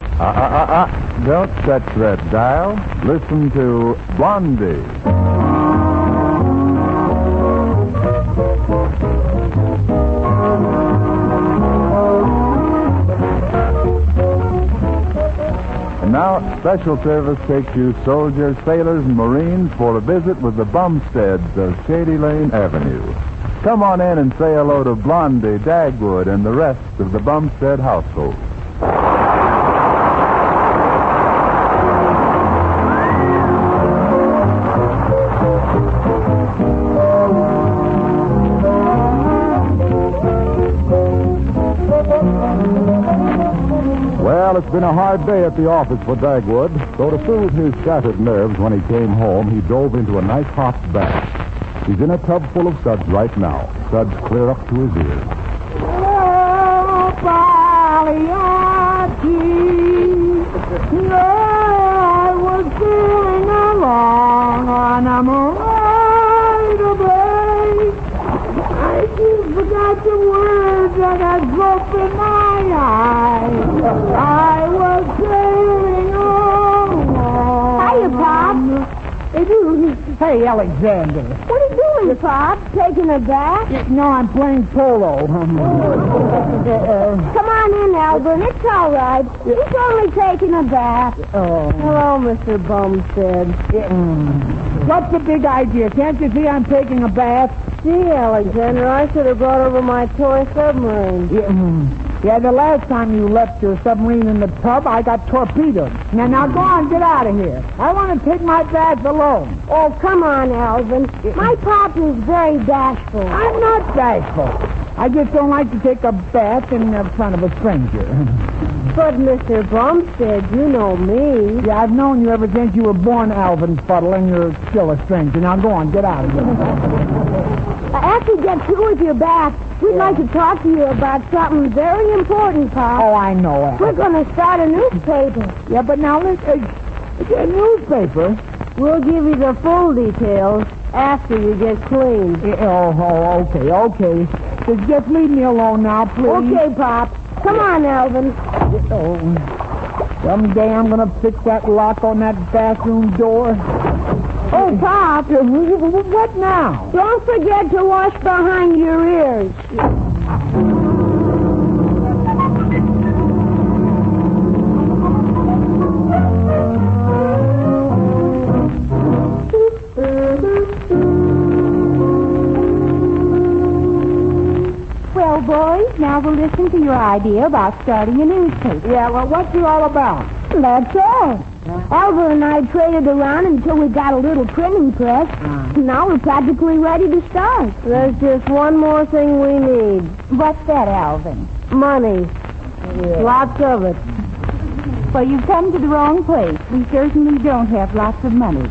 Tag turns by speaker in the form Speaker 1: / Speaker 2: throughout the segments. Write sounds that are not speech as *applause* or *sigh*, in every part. Speaker 1: Uh, uh, uh, uh. Don't touch that dial. Listen to Blondie. And now, Special Service takes you soldiers, sailors, and Marines for a visit with the Bumsteads of Shady Lane Avenue. Come on in and say hello to Blondie, Dagwood, and the rest of the Bumstead household. Well, it's been a hard day at the office for Dagwood, so to soothe his shattered nerves when he came home, he dove into a nice hot bath. He's in a tub full of suds right now, suds clear up to his ears.
Speaker 2: Oh, Pagliacci, I was feeling along on a motorbike. I just forgot the words that had
Speaker 3: e
Speaker 2: opened my eyes. I was sailing along.
Speaker 3: Hiya, Pop. E
Speaker 2: Hey, Alexander.
Speaker 3: What are you doing, Pop? Taking a bath?
Speaker 2: No, I'm playing polo. *laughs*
Speaker 3: Come on in, Albert. It's all right. He's only taking a bath.
Speaker 2: Oh.
Speaker 3: Hello, Mr. Bumstead.
Speaker 2: What's the big idea? Can't you see I'm taking a bath?
Speaker 3: Gee, Alexander, I should have brought over my toy submarine.
Speaker 2: Yeah, mm. Yeah, the last time you left your submarine in the tub, I got torpedoed. Now, now, go on, get out of here. I want to take my bath alone.
Speaker 3: Oh, come on, Alvin. My pop is very bashful.
Speaker 2: I'm not bashful. I just don't like to take a bath in uh, front of a stranger. *laughs*
Speaker 3: But, Mr. Bumstead, you know me.
Speaker 2: Yeah, I've known you ever since you were born, Alvin Fuddle, and you're still a stranger. Now, go on, get out of here. *laughs*
Speaker 3: Uh, After you get through with your bath, we'd like to talk to you about something very important, Pop.
Speaker 2: Oh, I know, Al.
Speaker 3: We're going to start a newspaper.
Speaker 2: Yeah, but now, listen. Uh, it's a newspaper.
Speaker 3: We'll give you the full details after you get clean.
Speaker 2: Yeah, oh, oh, okay, okay. Just, just leave me alone now, please.
Speaker 3: Okay, Pop. Come on, Alvin.
Speaker 2: Oh. Someday I'm going to fix that lock on that bathroom door.
Speaker 3: Oh, Pop,
Speaker 2: What now?
Speaker 3: don't forget to wash behind your ears.
Speaker 4: Well, boys, now we'll listen to your idea about starting a newspaper.
Speaker 2: Yeah, well, what's it all about?
Speaker 3: That's all. Alva and I traded around until we got a little printing press. Now we're practically ready to start. Mm. There's just one more thing we need.
Speaker 4: What's that, Alvin?
Speaker 3: Money. Lots of it.
Speaker 4: Well, you've come to the wrong place. We certainly don't have lots of money.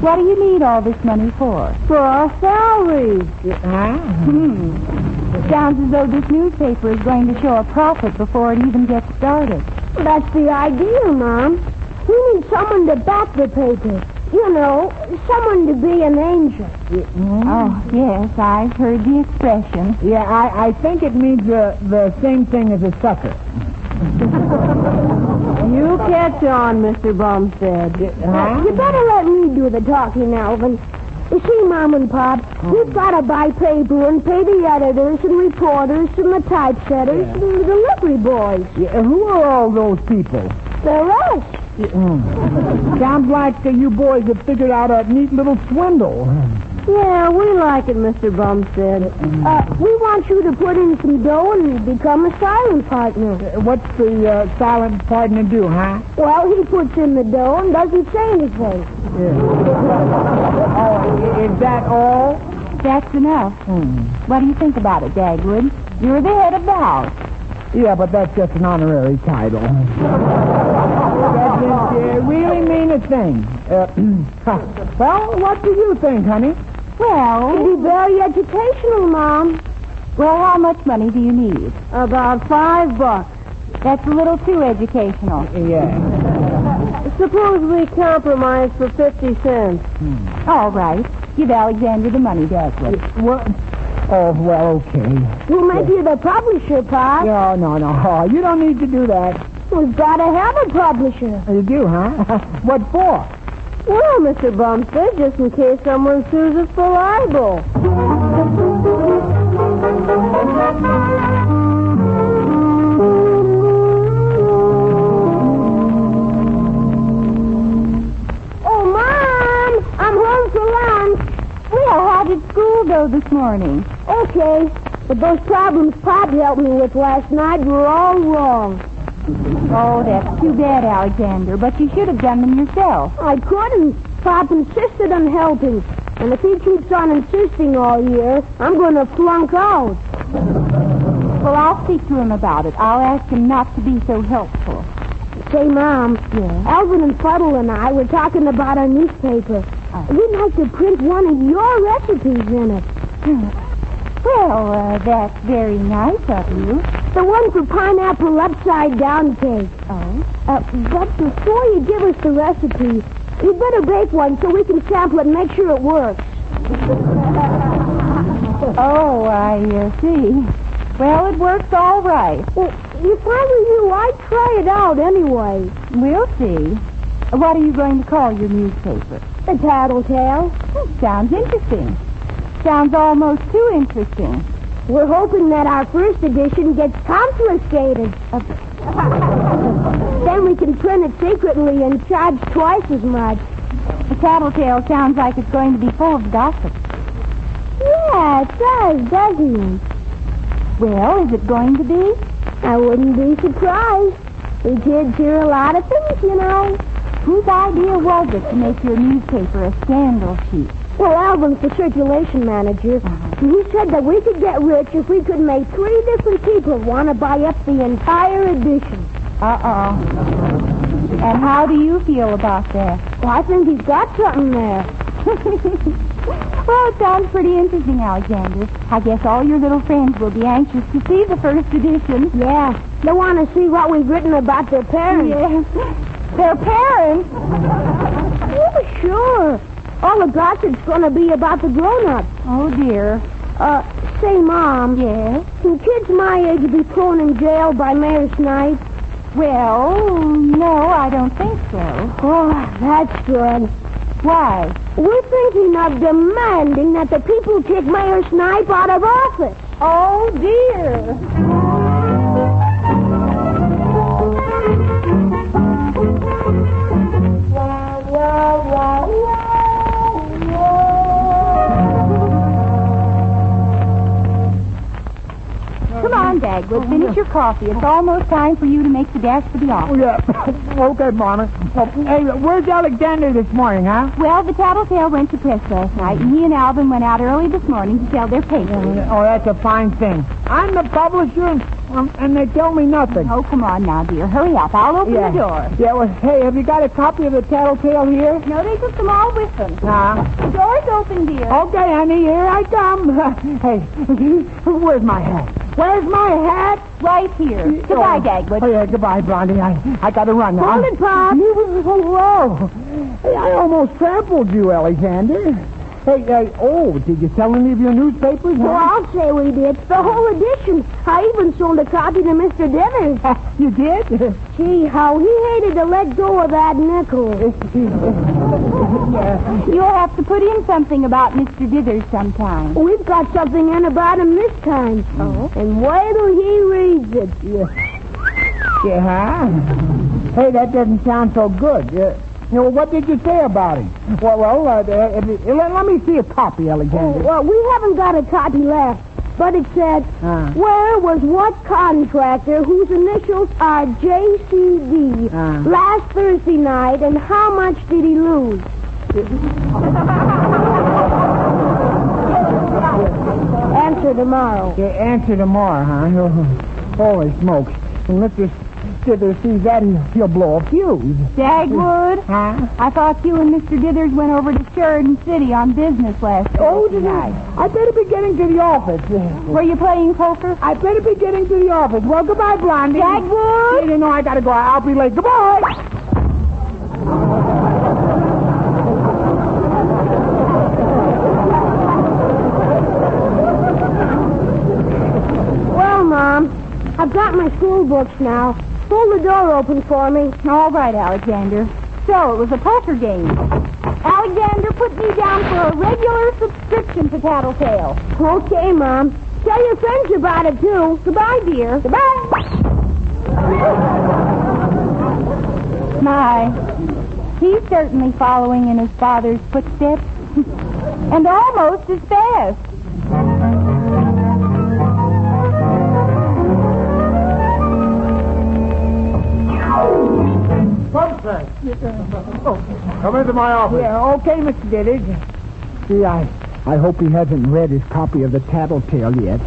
Speaker 4: What do you need all this money for?
Speaker 3: For our salaries.
Speaker 2: Huh?
Speaker 4: Ah.
Speaker 3: Hmm.
Speaker 4: Sounds as though this newspaper is going to show a profit before it even gets started.
Speaker 3: That's the idea, Mom. We need someone to back the paper. You know, someone to be an angel.
Speaker 4: Oh, yes, I've heard the expression.
Speaker 2: Yeah, I, I think it means uh, the same thing as a sucker.
Speaker 3: You catch on, Mr. Bumstead. You better let me do the talking, Alvin. You see, Mom and Pop,
Speaker 2: Oh.
Speaker 3: we've got to buy paper and pay the editors and reporters and the typesetters and the delivery boys.
Speaker 2: Yeah, who are all those people?
Speaker 3: They're us.
Speaker 2: Sounds like uh, you boys have figured out a neat little swindle.
Speaker 3: Yeah, we like it, Mr. Bumstead.
Speaker 2: Mm-hmm.
Speaker 3: Uh, we want you to put in some dough and become a silent partner.
Speaker 2: Uh, What's the uh, silent partner do, huh?
Speaker 3: Well, he puts in the dough and doesn't say anything.
Speaker 2: Oh, is that all?
Speaker 4: That's enough.
Speaker 3: Hmm.
Speaker 4: What do you think about it, Dagwood? You're the head of the house.
Speaker 2: Yeah, but that's just an honorary title. that didn't uh, really mean a thing. Uh, *clears throat* well, what do you think, honey?
Speaker 4: Well,
Speaker 3: It'd be very educational, Mom.
Speaker 4: well, how much money do you need?
Speaker 3: About five bucks.
Speaker 4: That's a little too educational.
Speaker 2: Yeah.
Speaker 3: Suppose we compromise for 50 cents.
Speaker 4: Hmm. All right. Give Alexander the money, Dagwood.
Speaker 2: Well, oh, well, okay.
Speaker 3: We make you the publisher, Pop.
Speaker 2: No, no, no. You don't Oh, need to do that.
Speaker 3: We've got to have a publisher.
Speaker 2: You do, huh? *laughs* what for?
Speaker 3: Well, Mr. Bumstead, just in case someone sues us for libel. Oh, Mom! I'm home for lunch.
Speaker 4: We all had at school, though, this morning.
Speaker 3: Okay, but those problems Pop helped me with last night were all wrong.
Speaker 4: Oh, that's too bad, Alexander, but you should have done them yourself.
Speaker 3: I couldn't. Pop insisted on helping. And if he keeps on insisting all year, I'm going to flunk out.
Speaker 4: Well, I'll speak to him about it. I'll ask him not to be so helpful.
Speaker 3: Say, Mom,
Speaker 4: Yes?
Speaker 3: Alvin and Fuddle and I were talking about our newspaper.
Speaker 4: Oh.
Speaker 3: We'd like to print one of your recipes in it.
Speaker 4: Well, uh, that's very nice of you.
Speaker 3: The one for pineapple upside down cake.
Speaker 4: Oh?
Speaker 3: Uh, but before you give us the recipe, you better bake one so we can sample it and make sure it works.
Speaker 4: *laughs* Oh, I uh, see. Well, it works all right.
Speaker 3: Well, if I were you, I'd try it out anyway.
Speaker 4: We'll see. What are you going to call your newspaper?
Speaker 3: The tattletale.
Speaker 4: Hmm, Sounds interesting. Sounds almost too interesting.
Speaker 3: We're hoping that our first edition gets confiscated. *laughs* then we can print it secretly and charge twice as much.
Speaker 4: The tattletale sounds like it's going to be full of gossip.
Speaker 3: Yeah, it does, doesn't it?
Speaker 4: Well, is it going to be?
Speaker 3: I wouldn't be surprised. We kids hear a lot of things, you know.
Speaker 4: Whose idea was it to make your newspaper a scandal sheet? Uh-huh.
Speaker 3: Well, Alvin's the circulation manager. and He said that we could get rich if we could make three different people want to buy up the entire edition.
Speaker 4: Uh-oh. And how do you feel about that?
Speaker 3: Well, I think he's got something there.
Speaker 4: well, it sounds pretty interesting, Alexander. I guess all your little friends will be anxious to see the first edition.
Speaker 3: Yeah, they want to see what we've written about their parents.
Speaker 4: Yes. Their parents?
Speaker 3: Oh, sure. All the gossip's going to be about the grown-ups.
Speaker 4: Oh, dear.
Speaker 3: Uh, say, Mom,
Speaker 4: Yes?
Speaker 3: can kids my age be thrown in jail by Mayor Snipes?
Speaker 4: Well, no, I don't think so.
Speaker 3: Oh, that's good.
Speaker 4: Why?
Speaker 3: We're thinking of demanding that the people kick Mayor Snipe out of office.
Speaker 4: Oh, dear. Come on, Dagwood. Finish your coffee. It's almost time for you to make the dash for the
Speaker 2: Oh,
Speaker 4: office.
Speaker 2: yeah. *coughs* okay, Mama. Oh, hey, where's Alexander this morning, huh?
Speaker 4: Well, the tattletale went to press last night, and he and Alvin went out early this morning to sell their papers.
Speaker 2: Oh, that's a fine thing. I'm the publisher, and, um, and they tell me nothing.
Speaker 4: Oh, come on now, dear. Hurry up. I'll open
Speaker 2: yeah.
Speaker 4: the door.
Speaker 2: Yeah, well, hey, have you got a copy of the Tattletale here?
Speaker 4: No, they took them all with them.
Speaker 2: Nah.
Speaker 4: The door's open, dear.
Speaker 3: Oh,
Speaker 2: Oh, Okay, honey, here I come. *laughs* hey, where's my hat? Where's my hat?
Speaker 4: Right here. Goodbye, Dagwood.
Speaker 2: Oh, yeah, goodbye, Blondie. I, I gotta run now.
Speaker 3: Hold it, Pop.
Speaker 2: You- Hello. Hey, I almost trampled you, Alexander. Hey, hey, oh, did you sell any of your newspapers?
Speaker 3: Well,
Speaker 2: huh?
Speaker 3: I'll say we did. The whole edition. I even sold a copy to Mr. Dithers.
Speaker 4: *laughs*
Speaker 2: You *laughs* did?
Speaker 3: Gee, how he hated to let go of that *laughs* nickel.
Speaker 4: You'll have to put in something about Mr. Dithers sometime.
Speaker 3: We've got something in about him this time. Oh? And wait till he reads it.
Speaker 2: yeah. Hey, that doesn't sound so good. Uh, you know, what did you say about him? Well, well, uh, uh, uh, let, let me see a copy,
Speaker 3: Oh,
Speaker 2: Alexander.
Speaker 3: well, we haven't got a copy left, but it said,
Speaker 2: Ah.
Speaker 3: where was what contractor whose initials are JCD
Speaker 2: Ah.
Speaker 3: last Thursday night, and how much did he
Speaker 4: *laughs*
Speaker 3: lose? Answer tomorrow.
Speaker 2: Yeah, answer tomorrow, huh? Holy smokes. And Mr. Stither sees that, he'll, he'll blow a fuse.
Speaker 4: Dagwood,
Speaker 2: Huh?
Speaker 4: I thought you and Mr. Dithers went over to Sheridan City on business last
Speaker 2: Oh,
Speaker 4: Thursday
Speaker 2: did I?
Speaker 4: night.
Speaker 2: I better be getting to the office.
Speaker 4: Were you playing poker?
Speaker 2: I better be getting to the office. Well, goodbye, Blondie.
Speaker 4: Dagwood?
Speaker 2: You know I gotta go. I'll be late. Goodbye.
Speaker 3: Well, Mom, I've got my school books now.
Speaker 5: Pull the door open for me.
Speaker 3: All right, Alexander. So it was a poker game. Alexander put me down for a regular subscription to Tattletale.
Speaker 5: Okay, Mom. Tell your friends about it, too. Goodbye, dear. Goodbye.
Speaker 3: My, he's certainly following in his father's footsteps. *laughs* and almost as fast.
Speaker 6: Come into my office.
Speaker 2: Yeah, okay, Mr. Diddy. Gee, I, I hope he hasn't read his copy of the Tattletale yet.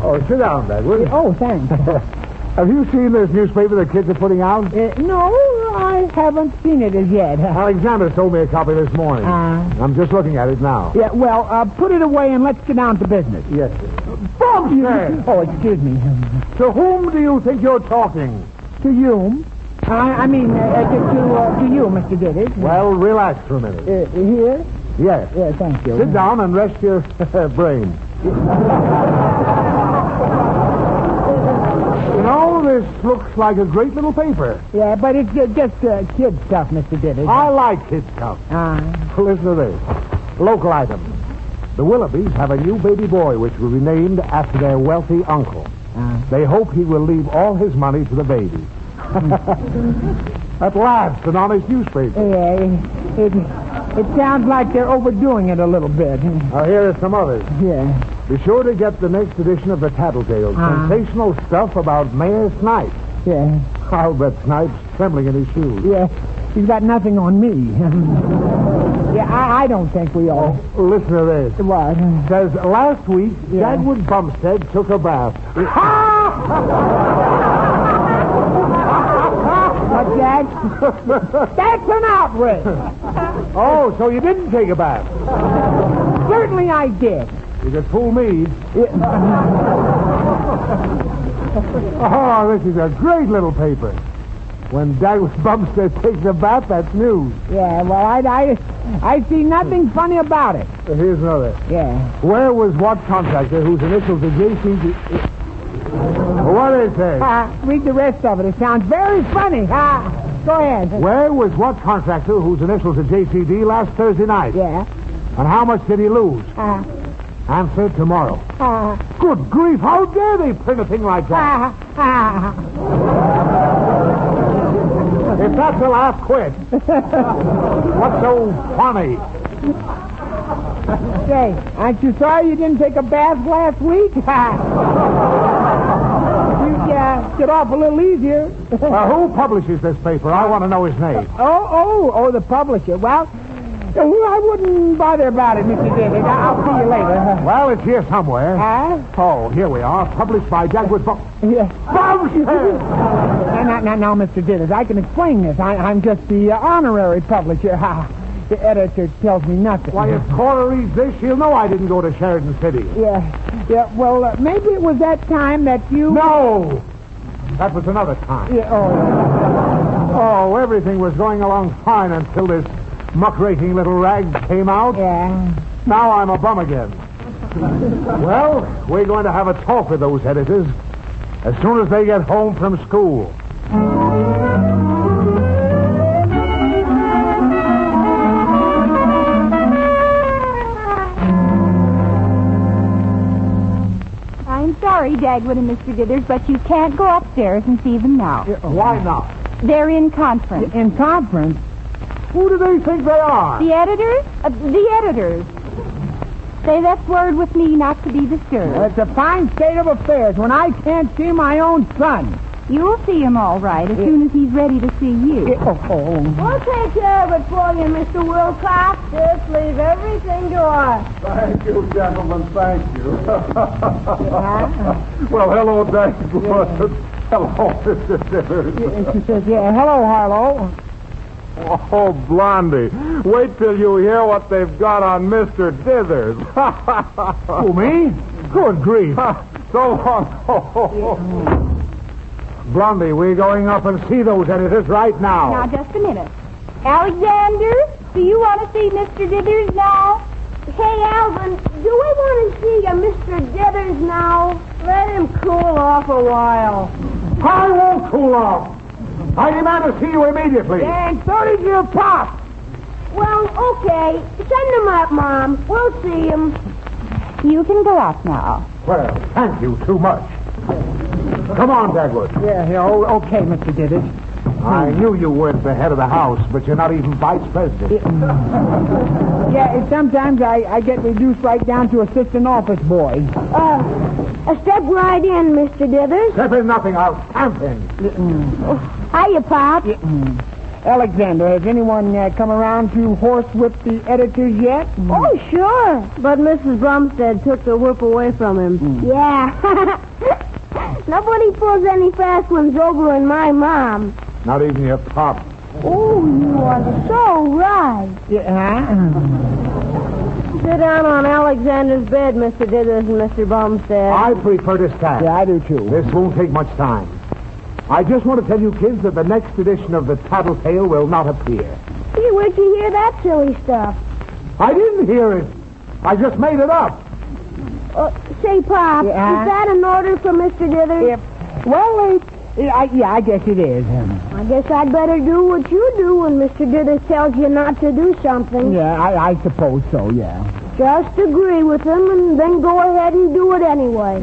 Speaker 6: Oh, sit down, Dad, will you?
Speaker 2: Oh, thanks.
Speaker 6: Have you seen this newspaper the kids are putting out?
Speaker 2: Uh, no, I haven't seen it as yet.
Speaker 6: Alexander sold me a copy this morning.
Speaker 2: Uh,
Speaker 6: I'm just looking at it now.
Speaker 2: yeah, well, uh, put it away and let's get down to business.
Speaker 6: Yes, sir. Bumpster!
Speaker 2: Oh, excuse me.
Speaker 6: to whom do you think you're talking?
Speaker 2: To you. I, I mean, uh, uh, to, to, uh, to you, Mr. Diddy.
Speaker 6: Well, relax for a minute.
Speaker 2: Uh, here?
Speaker 6: Yes.
Speaker 2: Yeah, thank you.
Speaker 6: Sit down and rest your *laughs* brain. you know, this looks like a great little paper.
Speaker 2: Yeah, but it's uh, just uh, kid stuff, Mr. Diddy.
Speaker 6: I like Kid Cup.
Speaker 2: Uh,
Speaker 6: Listen to this. Local item. The Willoughbys have a new baby boy which will be named after their wealthy uncle.
Speaker 2: uh,
Speaker 6: They hope he will leave all his money to the baby. At last, an honest newspaper.
Speaker 2: yeah, it, it sounds like they're overdoing it a little bit.
Speaker 6: Now, here are some others.
Speaker 2: Yeah.
Speaker 6: Be sure to get the next edition of the Tattletales.
Speaker 2: Ah.
Speaker 6: Sensational stuff about Mayor Snipes.
Speaker 2: Yeah,
Speaker 6: I'll bet Snipes trembling in his shoes.
Speaker 2: yeah. He's got nothing on me. *laughs* yeah, I, I don't think we all.
Speaker 6: Listen to this.
Speaker 2: What?
Speaker 6: Says last week,
Speaker 2: Yeah.
Speaker 6: Dagwood Bumstead took a bath.
Speaker 2: What, Jack? That's an outrage.
Speaker 6: Oh, so you didn't take a bath.
Speaker 2: Certainly I did.
Speaker 6: You could fool me. *laughs* oh, this is a great little paper. When Dagwood Bumstead takes a bath, that's news.
Speaker 2: Yeah, well, I, I, I see nothing funny about it.
Speaker 6: Uh, Here's another.
Speaker 2: Yeah.
Speaker 6: Where was what contractor whose initials are JC? What is that?
Speaker 2: Uh, read the rest of it. It sounds very funny. Uh, go ahead.
Speaker 6: Where was what contractor whose initials are JCD last Thursday night?
Speaker 2: Yeah.
Speaker 6: And how much did he lose?
Speaker 3: Ah,
Speaker 2: Uh,
Speaker 6: Answer tomorrow.
Speaker 2: uh,
Speaker 6: Good grief, how dare they print a thing like that?
Speaker 3: ah,
Speaker 2: uh, uh.
Speaker 6: if that's the last, *laughs* quit. What's so funny?
Speaker 2: Say, aren't you sorry you didn't take a bath last week? *laughs* you uh, get off a little easier.
Speaker 6: Well, who publishes this paper? I want to know his name.
Speaker 2: Oh, oh, oh, the publisher. Well, well, I wouldn't bother about it, Mr. Dennis. I- I'll see you later.
Speaker 6: Well, it's here somewhere.
Speaker 2: Huh?
Speaker 6: Oh, here we are. Published by Dagwood Bum.
Speaker 2: Yeah. Uh,
Speaker 6: Bumstead!
Speaker 2: Now, now, now, now, Mr. Dennis, I can explain this. I, I'm just the uh, honorary publisher. *laughs* Ha. the editor tells me nothing.
Speaker 6: Why, if Cora reads this, she'll know I didn't go to Sheridan City.
Speaker 2: Yeah, yeah. Well, uh, maybe it was that time that you.
Speaker 6: No! That was another time.
Speaker 2: Yeah, oh,
Speaker 6: Oh, everything was going along fine until this muckraking little rag came out.
Speaker 2: yeah.
Speaker 6: Now I'm a bum again. well, we're going to have a talk with those editors as soon as they get home from school.
Speaker 3: I'm sorry, Dagwood and Mr. Dithers, but you can't go upstairs and see them now.
Speaker 6: Why not?
Speaker 3: They're in conference.
Speaker 2: In conference,
Speaker 6: Who do they think they are?
Speaker 3: The editors? Uh, the editors. Say that word with me not to be
Speaker 2: Well,
Speaker 3: disturbed.
Speaker 2: it's a fine state of affairs when I can't see my own son.
Speaker 3: You'll see him all right as soon as he's ready to see you.
Speaker 2: Oh, oh.
Speaker 5: We'll take care of it for you, Mr. Wilcox. Just leave everything to us.
Speaker 6: Thank you, gentlemen. Thank you.
Speaker 2: Yeah.
Speaker 6: *laughs* well, hello, Dagwood. Hello, Mr. Dithers.
Speaker 2: And she says, yeah, hello, Harlow.
Speaker 6: Oh, Blondie, wait till you hear what they've got on Mr. Dithers. *laughs* Who, me? Good grief. *laughs* so long. *laughs* Blondie, we're going up and see those editors right
Speaker 3: Now,
Speaker 6: now.
Speaker 3: just a minute. Alexander, do you want to see Mr. Dithers now? Hey, Alvin, do we want to see a Mr. Dithers now? Let him cool off a while.
Speaker 6: I won't cool off. I demand to see you immediately.
Speaker 2: And so did your pop.
Speaker 3: Well, okay. Send him up, Mom. We'll see him.
Speaker 4: You can go out now.
Speaker 6: Well, thank you too much. Come on, Dagwood.
Speaker 2: Yeah, yeah, oh, okay, Mr. Diddish.
Speaker 6: I knew you weren't the head of the house, but you're not even vice president.
Speaker 2: Yeah, and sometimes I, I get reduced right down to assistant office boy.
Speaker 3: Uh, uh, step right in, Mr. Dithers.
Speaker 6: Step in nothing, I'll stamp in.
Speaker 3: Hiya, Pop.
Speaker 2: Alexander, has anyone uh, come around to horsewhip the editors yet?
Speaker 3: Oh, sure.
Speaker 7: But Mrs. Brumstead took the whip away from him.
Speaker 2: Hmm.
Speaker 3: Yeah. *laughs* Nobody pulls any fast ones over in my mom.
Speaker 6: Not even your pop.
Speaker 3: Oh, you are so right.
Speaker 2: Yeah, huh?
Speaker 7: Sit down on Alexander's bed, Mr. Dithers and Mr. Bumstead.
Speaker 6: I prefer to stand.
Speaker 2: yeah, I do too.
Speaker 6: This won't take much time. I just want to tell you kids that the next edition of the Tattletale will not appear.
Speaker 2: Oh.
Speaker 3: Gee, where'd you hear that silly stuff?
Speaker 6: I didn't hear it. I just made it up.
Speaker 3: Uh, say, Pop,
Speaker 2: Yeah?
Speaker 3: is that an order for Mr. Dithers?
Speaker 2: Yep. Well, uh, I, yeah, I guess it is.
Speaker 3: I guess I'd better do what you do when Mr. Dithers tells you not to do something.
Speaker 2: Yeah, I, I suppose so, yeah.
Speaker 3: Just agree with him and then go ahead and do it anyway.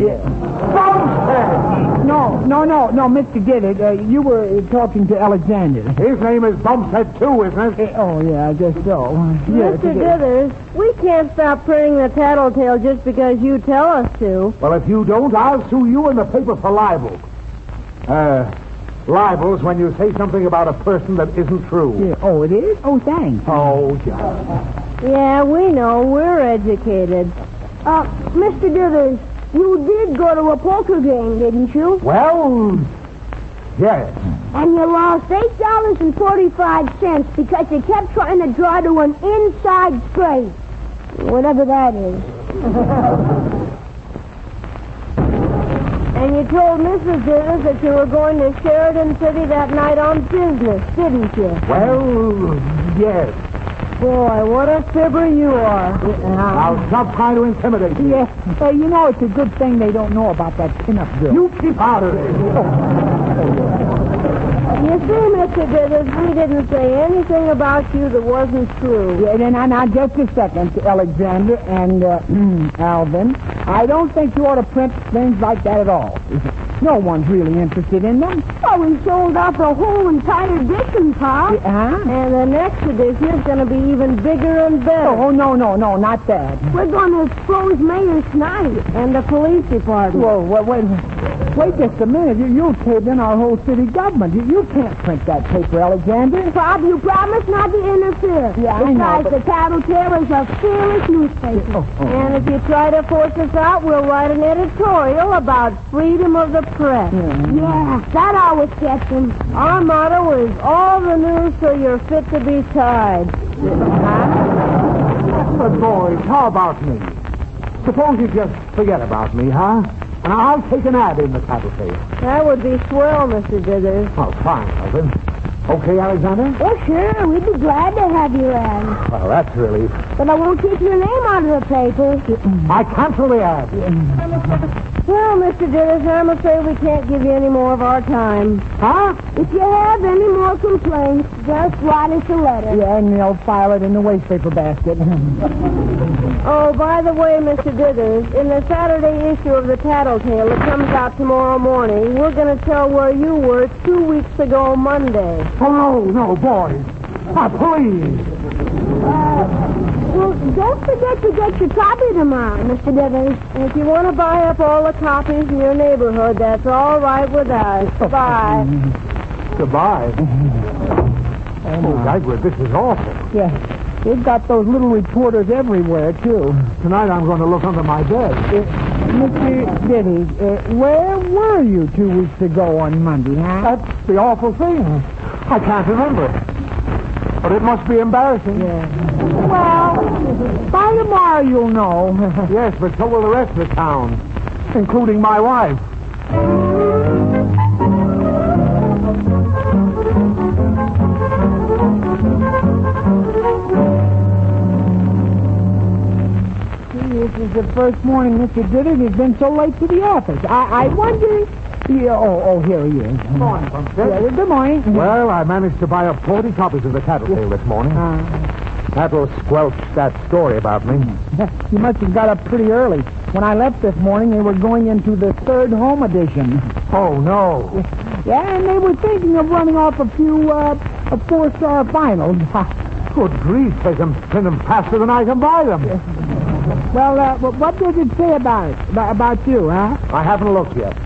Speaker 2: No, no, no, no, Mr. Diddish, uh, you were uh, talking to Alexander.
Speaker 6: His name is Bumphead, too,
Speaker 2: *laughs*
Speaker 6: isn't
Speaker 2: Eh,
Speaker 6: it?
Speaker 2: Oh, yeah, I guess so. Yeah,
Speaker 7: Mr.
Speaker 2: it is.
Speaker 7: Dithers, we can't stop printing the tattletale just because you tell us to.
Speaker 6: Well, if you don't, I'll sue you in the paper for libel. Uh, libel's when you say something about a person that isn't true.
Speaker 2: Yeah, Oh, it is? Oh, thanks.
Speaker 6: Oh, yeah.
Speaker 7: Yeah, we know. We're educated.
Speaker 3: Uh, Mr. Dithers, you did go to a poker game, didn't you?
Speaker 6: Well, yes.
Speaker 3: And you lost eight dollars and forty-five cents because you kept trying to draw to an inside straight, whatever that is.
Speaker 7: *laughs* And you told Mrs. Dithers that you were going to Sheridan City that night on business, didn't you?
Speaker 6: Well, yes.
Speaker 7: Boy, what a fibber you are.
Speaker 6: Now stop trying to intimidate me.
Speaker 2: Yeah. Hey, you know, it's a good thing they don't know about that pin-up girl.
Speaker 6: You keep out of it.
Speaker 7: You see, Mr. Dithers, we didn't say anything about you that wasn't true.
Speaker 2: Yeah, then, now, now, just a second, Alexander and uh, Alvin. I don't think you ought to print things like that at all. No one's really interested in them.
Speaker 3: Oh, we sold out the whole entire edition, Pop.
Speaker 2: Huh?
Speaker 7: And the next edition is going to be even bigger and better.
Speaker 2: Oh, no, no, no, not that.
Speaker 3: We're going to expose Mayor Snyder.
Speaker 7: And the police department.
Speaker 2: Whoa, wait, wait, wait just a minute. You, you'll cave in our whole city government. You, you can't print that paper, Alexander.
Speaker 3: Bob, you promised not to interfere.
Speaker 2: Yeah, I know,
Speaker 3: Besides,
Speaker 2: but-
Speaker 3: the Tattletale is a fearless newspaper.
Speaker 7: And if you try to force us out, we'll write an editorial about freedom of the press.
Speaker 3: Yeah, that always gets him.
Speaker 7: Our motto is all the news till you're fit to be tied.
Speaker 6: But boys, how about me? Suppose you just forget about me, huh? And I'll take an ad in the tattletale.
Speaker 7: That would be swell, Mr. Dithers.
Speaker 6: Oh, fine, Alvin. Okay, Alexander?
Speaker 3: Oh, sure, we'd be glad to have you in.
Speaker 6: Well, that's really.
Speaker 3: But I won't take your name out of the paper.
Speaker 6: I cancel the ad.
Speaker 7: Well, Mr. Dithers, I'm afraid we can't give you any more of our time.
Speaker 6: Huh?
Speaker 3: If you have any more complaints, just write us a letter.
Speaker 2: Yeah, and they'll file it in the waste paper basket.
Speaker 7: Oh, by the way, Mr. Dithers, in the Saturday issue of the Tattletale that comes out tomorrow morning, we're going to tell where you were two weeks ago Monday.
Speaker 6: Oh, no, no, boys. Ah, please.
Speaker 3: Well, don't forget to get your copy tomorrow, Mr. Dithers.
Speaker 7: And If you want to buy up all the copies in your neighborhood, that's all right with
Speaker 3: *laughs*
Speaker 7: us. Bye.
Speaker 6: Goodbye. Oh, Dagwood, this is awful.
Speaker 2: yeah. They've got those little reporters everywhere, too.
Speaker 6: Tonight I'm going to look under my bed.
Speaker 2: Mr. Diddy, uh, where were you two weeks ago on Monday, huh?
Speaker 6: That's the awful thing. I can't remember. But it must be embarrassing.
Speaker 2: Uh, Well, by tomorrow you'll know. *laughs*
Speaker 6: Yes, but so will the rest of the town, including my wife.
Speaker 2: the first morning Mr. Dillard has been so late to the office. I, I wonder... Yeah, oh, oh, here he is. Good morning, Well, good morning.
Speaker 6: Well, I managed to buy up 40 copies of the Cattle Tale this morning.
Speaker 2: Uh, *laughs*
Speaker 6: Cattle squelched that story about me.
Speaker 2: you must have got up pretty early. When I left this morning, they were going into the third home edition.
Speaker 6: Oh, no.
Speaker 2: Yeah, and they were thinking of running off a few uh, uh, four-star finals.
Speaker 6: Good grief, they can print them faster than I can buy them.
Speaker 2: well, uh, wh- what does it say about it? Ab- about you, huh?
Speaker 6: I haven't looked yet.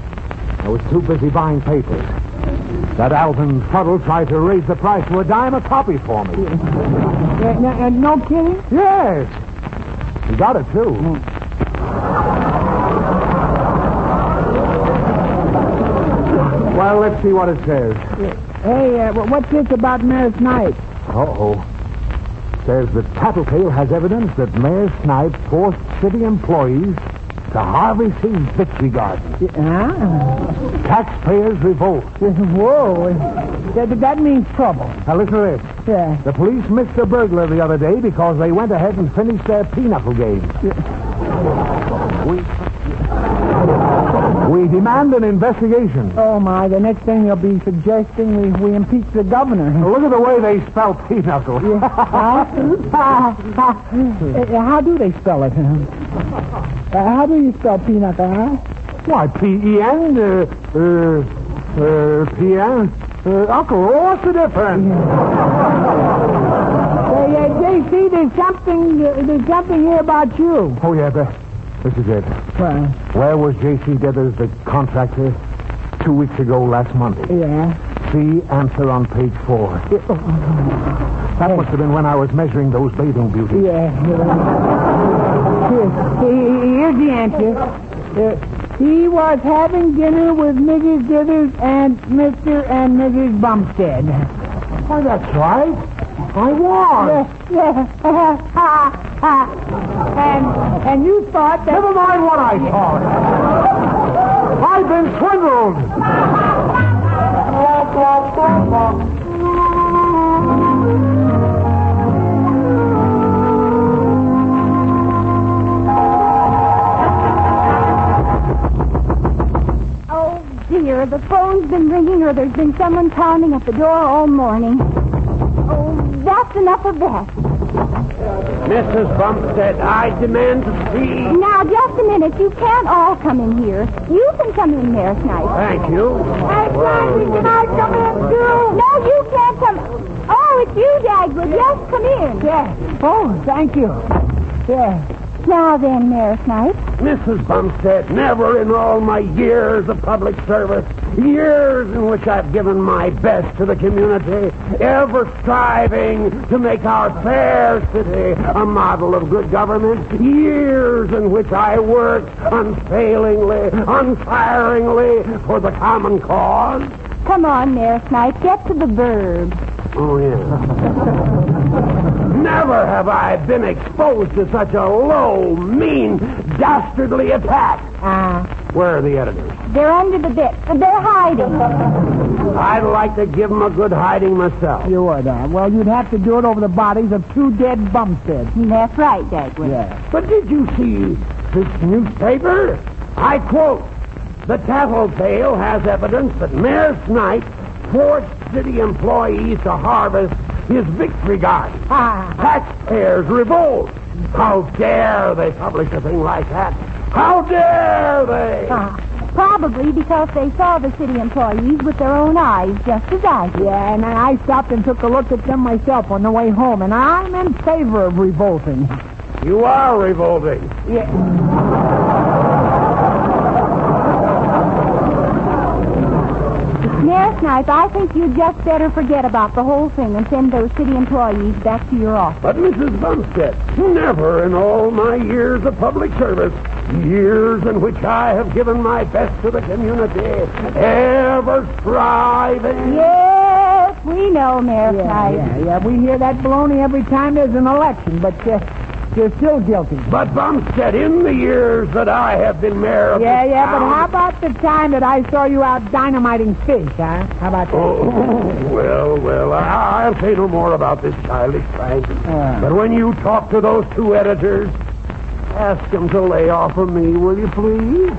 Speaker 6: I was too busy buying papers. That Alvin Fuddle tried to raise the price to a dime a copy for me.
Speaker 2: And, and Uh, no kidding?
Speaker 6: Yes. He got it, too. Well, let's see what it says.
Speaker 2: Hey, uh, wh- what's this about Maris Knight?
Speaker 6: Uh-oh. Says that Tattletale has evidence that Mayor Snipe forced city employees to harvest his victory garden.
Speaker 2: Huh? *laughs*
Speaker 6: Taxpayers revolt.
Speaker 2: Whoa. That, that means trouble.
Speaker 6: Now listen to this.
Speaker 2: Yeah.
Speaker 6: The police missed a burglar the other day because they went ahead and finished their pinochle game. We, we demand an investigation.
Speaker 2: Oh, my. The next thing you'll be suggesting we, we impeach the *laughs* governor.
Speaker 6: Look at the way they spell pinochle.
Speaker 2: Huh? Uh, how do they spell it? huh? Uh, how do you spell peanut, uh, huh?
Speaker 6: Why, P-E-N, uh, uh, uh, P-N, uh, Uncle, what's the difference?
Speaker 2: Hey, uh, J.C., there's something, uh, there's something here about you.
Speaker 6: Oh, yeah, the, this is it.
Speaker 2: Well,
Speaker 6: Where was J.C. Dethers, the contractor, two weeks ago last Monday?
Speaker 2: yeah.
Speaker 6: See answer on page four. That must have been when I was measuring those bathing beauties.
Speaker 2: Yeah. Here- Here's the answer. Uh, he was having dinner with Mrs. Dithers and Mr. and Mrs. Bumstead.
Speaker 6: Why, that's right. I was.
Speaker 2: and, and you thought that...
Speaker 6: Never mind what I thought. I've been swindled.
Speaker 4: Oh, dear. The phone's been ringing or there's been someone pounding at the door all morning. Oh, that's enough of that.
Speaker 8: Mrs. Bumstead, I demand to see.
Speaker 4: Now, just a minute. You can't all come in here. You can come in there tonight.
Speaker 8: Thank you.
Speaker 4: I'm glad we can all come in, too. No, you can't come. Oh, it's you, Dagwood. Yes, come in.
Speaker 2: Yeah. Oh, thank you. Yeah.
Speaker 4: Now then, Mayor Snipe.
Speaker 8: Mrs. Bumstead, never in all my years of public service, years in which I've given my best to the community, ever striving to make our fair city a model of good government, years in which I worked unfailingly, untiringly for the common cause.
Speaker 4: Come on, Mayor Snipe. Get to the verb.
Speaker 8: Oh, yeah. Never have I been exposed to such a low, mean, dastardly attack.
Speaker 4: Ah.
Speaker 8: Where are the editors?
Speaker 4: They're under the bed. They're hiding.
Speaker 8: I'd like to give them a good hiding myself.
Speaker 2: You would, uh, well, you'd have to do it over the bodies of two dead Bumsteads.
Speaker 4: That's right, Dagwood.
Speaker 2: Yeah.
Speaker 8: But did you see this newspaper? I quote, the Tattle Tale has evidence that Mayor Snipe forced city employees to harvest his victory garden.
Speaker 2: Ah.
Speaker 8: Taxpayers revolt. How dare they publish a thing like that? How dare they?
Speaker 4: Uh-huh. Probably because they saw the city employees with their own eyes, just as I did.
Speaker 2: Yeah, and I stopped and took a look at them myself on the way home, and I'm in favor of revolting.
Speaker 8: You are revolting.
Speaker 4: Mayor Snipe, I think you'd just better forget about the whole thing and send those city employees back to your office.
Speaker 8: But Mrs. Bumstead, never in all my years of public service, years in which I have given my best to the community, ever striving.
Speaker 4: Yes, we know,
Speaker 2: Yeah,
Speaker 4: Mayor Snipe.
Speaker 2: yeah, yeah. We hear that baloney every time there's an election, but uh, you're still guilty.
Speaker 8: But Bumstead, in the years that I have been mayor of
Speaker 2: Yeah,
Speaker 8: this
Speaker 2: yeah, but
Speaker 8: town-
Speaker 2: how about the time that I saw you out dynamiting fish, huh? How about that?
Speaker 8: Oh, well, well, I- I'll say no more about this childish prank.
Speaker 2: Ah.
Speaker 8: But when you talk to those two editors,
Speaker 6: Ask them to lay off of me, will you please?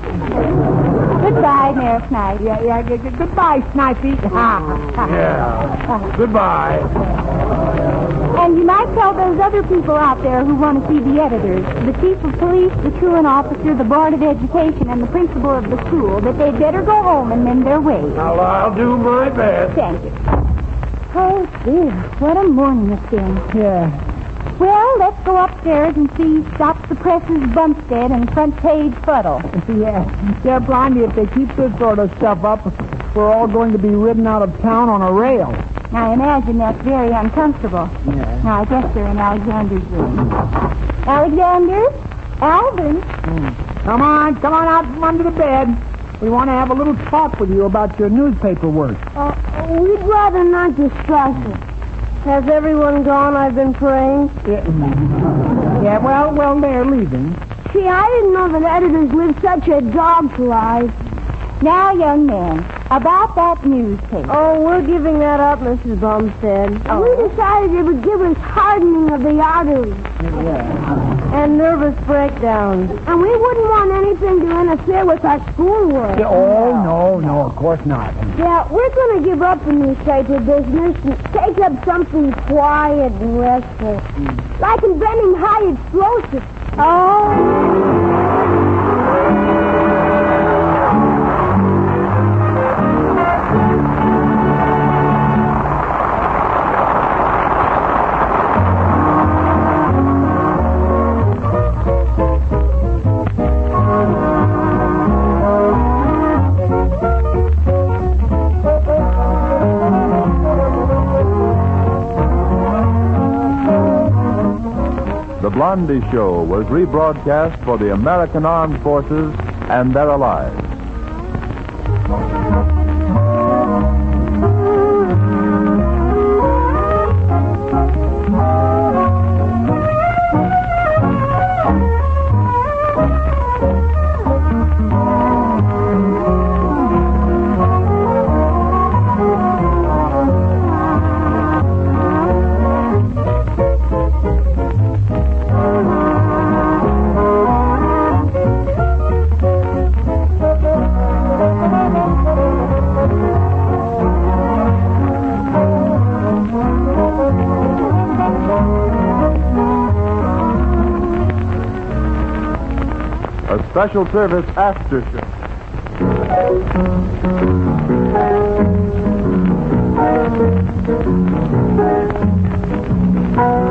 Speaker 4: Goodbye, Mayor Snipe.
Speaker 2: Yeah, yeah, g- g- goodbye, Snipey. Ha, ha.
Speaker 6: Yeah. Goodbye.
Speaker 4: And you might tell those other people out there who want to see the editors, the chief of police, the truant officer, the board of education, and the principal of the school, that they'd better go home and mend their ways.
Speaker 6: Now, I'll do my best.
Speaker 4: Thank you. Oh, dear. What a morning it's been.
Speaker 2: yeah.
Speaker 4: Well, let's go upstairs and see Stop the Press's Bumstead and Front Page Fuddle.
Speaker 2: Yeah. Yeah, Blondie, if they keep this sort of stuff up, we're all going to be ridden out of town on a rail.
Speaker 4: I imagine that's very uncomfortable.
Speaker 2: Yeah.
Speaker 4: Now, I guess they're in Alexander's room. Alexander? Alvin?
Speaker 2: Come on, come on out from under the bed. We want to have a little talk with you about your newspaper work.
Speaker 3: Uh, we'd rather not discuss it. Has everyone gone? I've been praying.
Speaker 2: Yeah, yeah well, well, they're leaving.
Speaker 3: See, I didn't know that editors lived such a dog's life.
Speaker 4: Now, young man, about that newspaper.
Speaker 3: Oh, we're giving that up, Mrs. Bumstead.
Speaker 4: Oh,
Speaker 3: We decided it would give us hardening of the arteries. And nervous breakdowns. And we wouldn't want anything to interfere with our schoolwork.
Speaker 2: Yeah, oh, no, no, of course not.
Speaker 3: Yeah, we're going to give up the newspaper business and take up something quiet and restful. Like inventing high explosives. Oh.
Speaker 1: The Blondie Show was rebroadcast for the American Armed Forces and their allies. A special service after show.
Speaker 4: Oh,